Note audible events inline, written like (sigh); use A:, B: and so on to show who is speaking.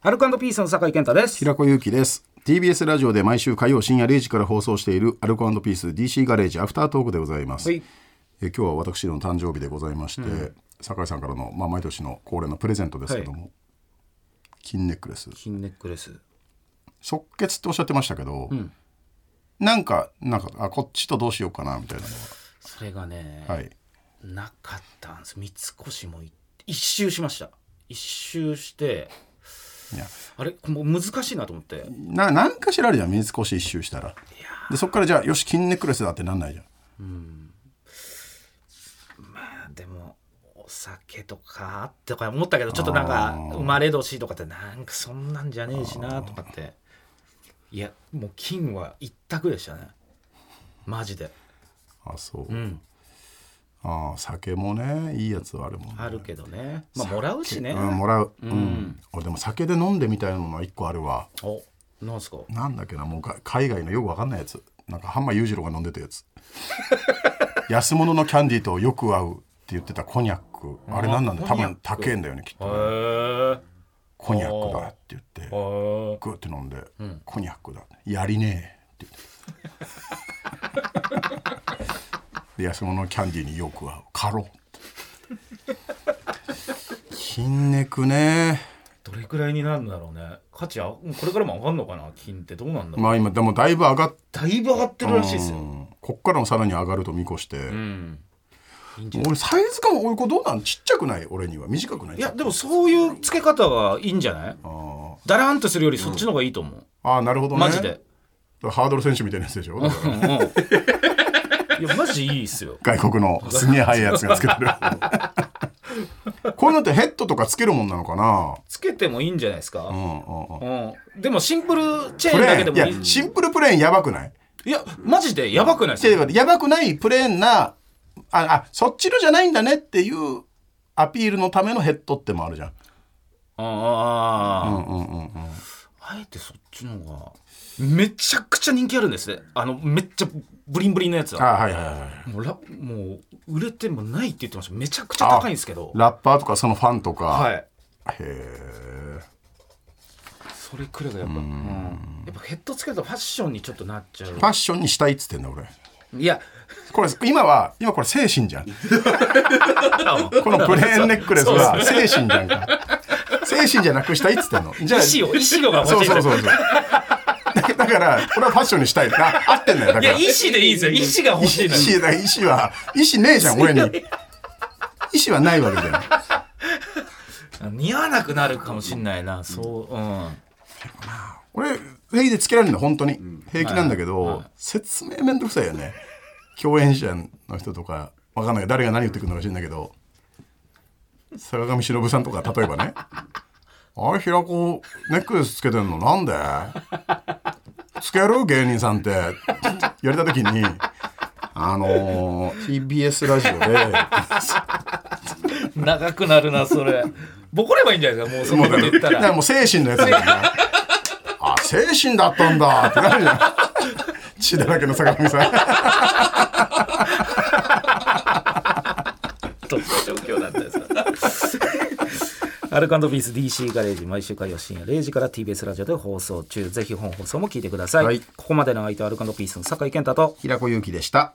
A: アルコピースの酒井健太です。
B: 平子祐希です TBS ラジオで毎週火曜深夜0時から放送しているアルコピース DC ガレージアフタートークでございます、
A: はい
B: え今日は私の誕生日でございまして、酒井さんからの、まあ、毎年の恒例のプレゼントですけども、金ネックレス
A: 金ネックレス。
B: 即決っておっしゃってましたけど、なんかなんかあこっちとどうしようかなみたいなの
A: それがね、
B: がはい
A: なかったんです。三越もい一周しました。一周して、
B: いや
A: あれこれもう難しいなと思って。
B: ななんかしらあるじゃん水越一周したらでそっからじゃあよし金ネックレスだってなんないじゃん
A: まあでもお酒とかとか思ったけどちょっとなんか生まれ年とかってなんかそんなんじゃねえしなとかっていやもう金は一択でしたねマジで
B: あそう、
A: うん
B: あー酒もねいいやつはあるもんね
A: あるけどねまあもらうしね、
B: うん、もらう、うん俺でも酒で飲んでみたいなのが一個あるわ
A: おなんすか
B: なんだっけなもうか海外のよくわかんないやつなんか半間裕次郎が飲んでた
A: (laughs)
B: やつ安物のキャンディーとよく合うって言ってたコニャックあれ何なんだ
A: あ
B: 多
A: コニャッ
B: 分
A: ク
B: 高えんだよねきっ
A: へえ
B: とコニャックだって言って
A: へえ
B: グーって飲んで、コニャックだやりねえって言って
A: (laughs)
B: で安物のキャンディーによく合うカロン金ネクね
A: どれくらいになるんだろうね価値あこれからも上がるのかな金ってどうなんだろう、
B: まあ今でもだいぶ上がっ
A: だいぶ上がってるらしいですよ
B: うんこっからもさらに上がると見越して、
A: うんいいんじゃない
B: 俺サイズ感俺これどうなんちっちゃくない俺には短くない
A: いやでもそういう付け方がいいんじゃない
B: あ
A: だらんとするよりそっちの方がいいと思う、
B: ーあーなるほどね
A: マジで、
B: ハードル選手みたいなやつでしょだか
A: うん
B: ら
A: うん、いやマジいいっすよ
B: 外国
A: (laughs)
B: のすげえ速いやつがつけてるこういうのってヘッドとかつけるもんなのかな
A: つけてもいいんじゃないですか、う
B: うんんうんうん
A: でもシンプルチェ
B: プ
A: ーンだ
B: レ
A: けで
B: ーン
A: も
B: い
A: いい
B: やシンプルプレーンやばくない
A: いやマジでやばくないです
B: 違
A: か
B: うやばくないプレーンなああそっちのじゃないんだねっていうアピールのためのヘッドってもあるじゃん
A: ああ、
B: うんうんうんうん
A: あえてそっちの方がめちゃくちゃ人気あるんですねあのめっちゃブリンブリンのやつ
B: あ
A: は
B: ーはいはいはい
A: もうラもう売れてもないって言ってましためちゃくちゃ高いんですけど
B: ラッパーとかそのファンとか、
A: はい
B: へえ
A: それくらいがやっぱ、うんやっぱヘッドつけるとファッションにちょっとなっちゃう
B: ファッションにしたいっつってんだ俺
A: いや、
B: これ今は今これ精神じゃんこのプレーンネックレスは精神じゃんか精神じゃなくしたいっつってんの
A: (laughs)
B: じゃあ
A: 石を、石のが欲しいん
B: そう
A: です
B: そ
A: よ
B: うそうそうだだから俺はファッションにしたいな合ってんだよだ
A: い
B: か
A: や、
B: ら
A: 石でいいですよ。石が欲しいのに。
B: 意思だ意思は意思ねえじゃん俺に
A: (laughs)
B: 意思はないわけじゃん
A: 似合わなくなるかもしれないな。そう、うん。
B: 俺平気でつけられるんだ本当に平気なんだけど、説明めんどくさいよね共演者の人とかわかんない誰が何言ってくるのか知んないけど坂上忍さんとか例えばね (laughs) 「あれ平子ネックレスつけてんのなんでつける芸人さんって」やれた時にあのー、TBS ラジオで
A: 長くなるな、それ。 (laughs) ボコればいいんじゃないですか、もうそこまで言った
B: だから
A: ら。
B: もう精神のやつだ (laughs) よねあ精神だったんだってなるじゃん血だらけの坂上さん
A: どういう状況だったんですか。アルカンドピース DC ガレージ毎週火曜深夜0時から TBS ラジオで放送中ぜひ本放送も聞いてください、
B: はい
A: ここまでの相手はアルカンドピースの酒井健太と
B: 平子祐希でした。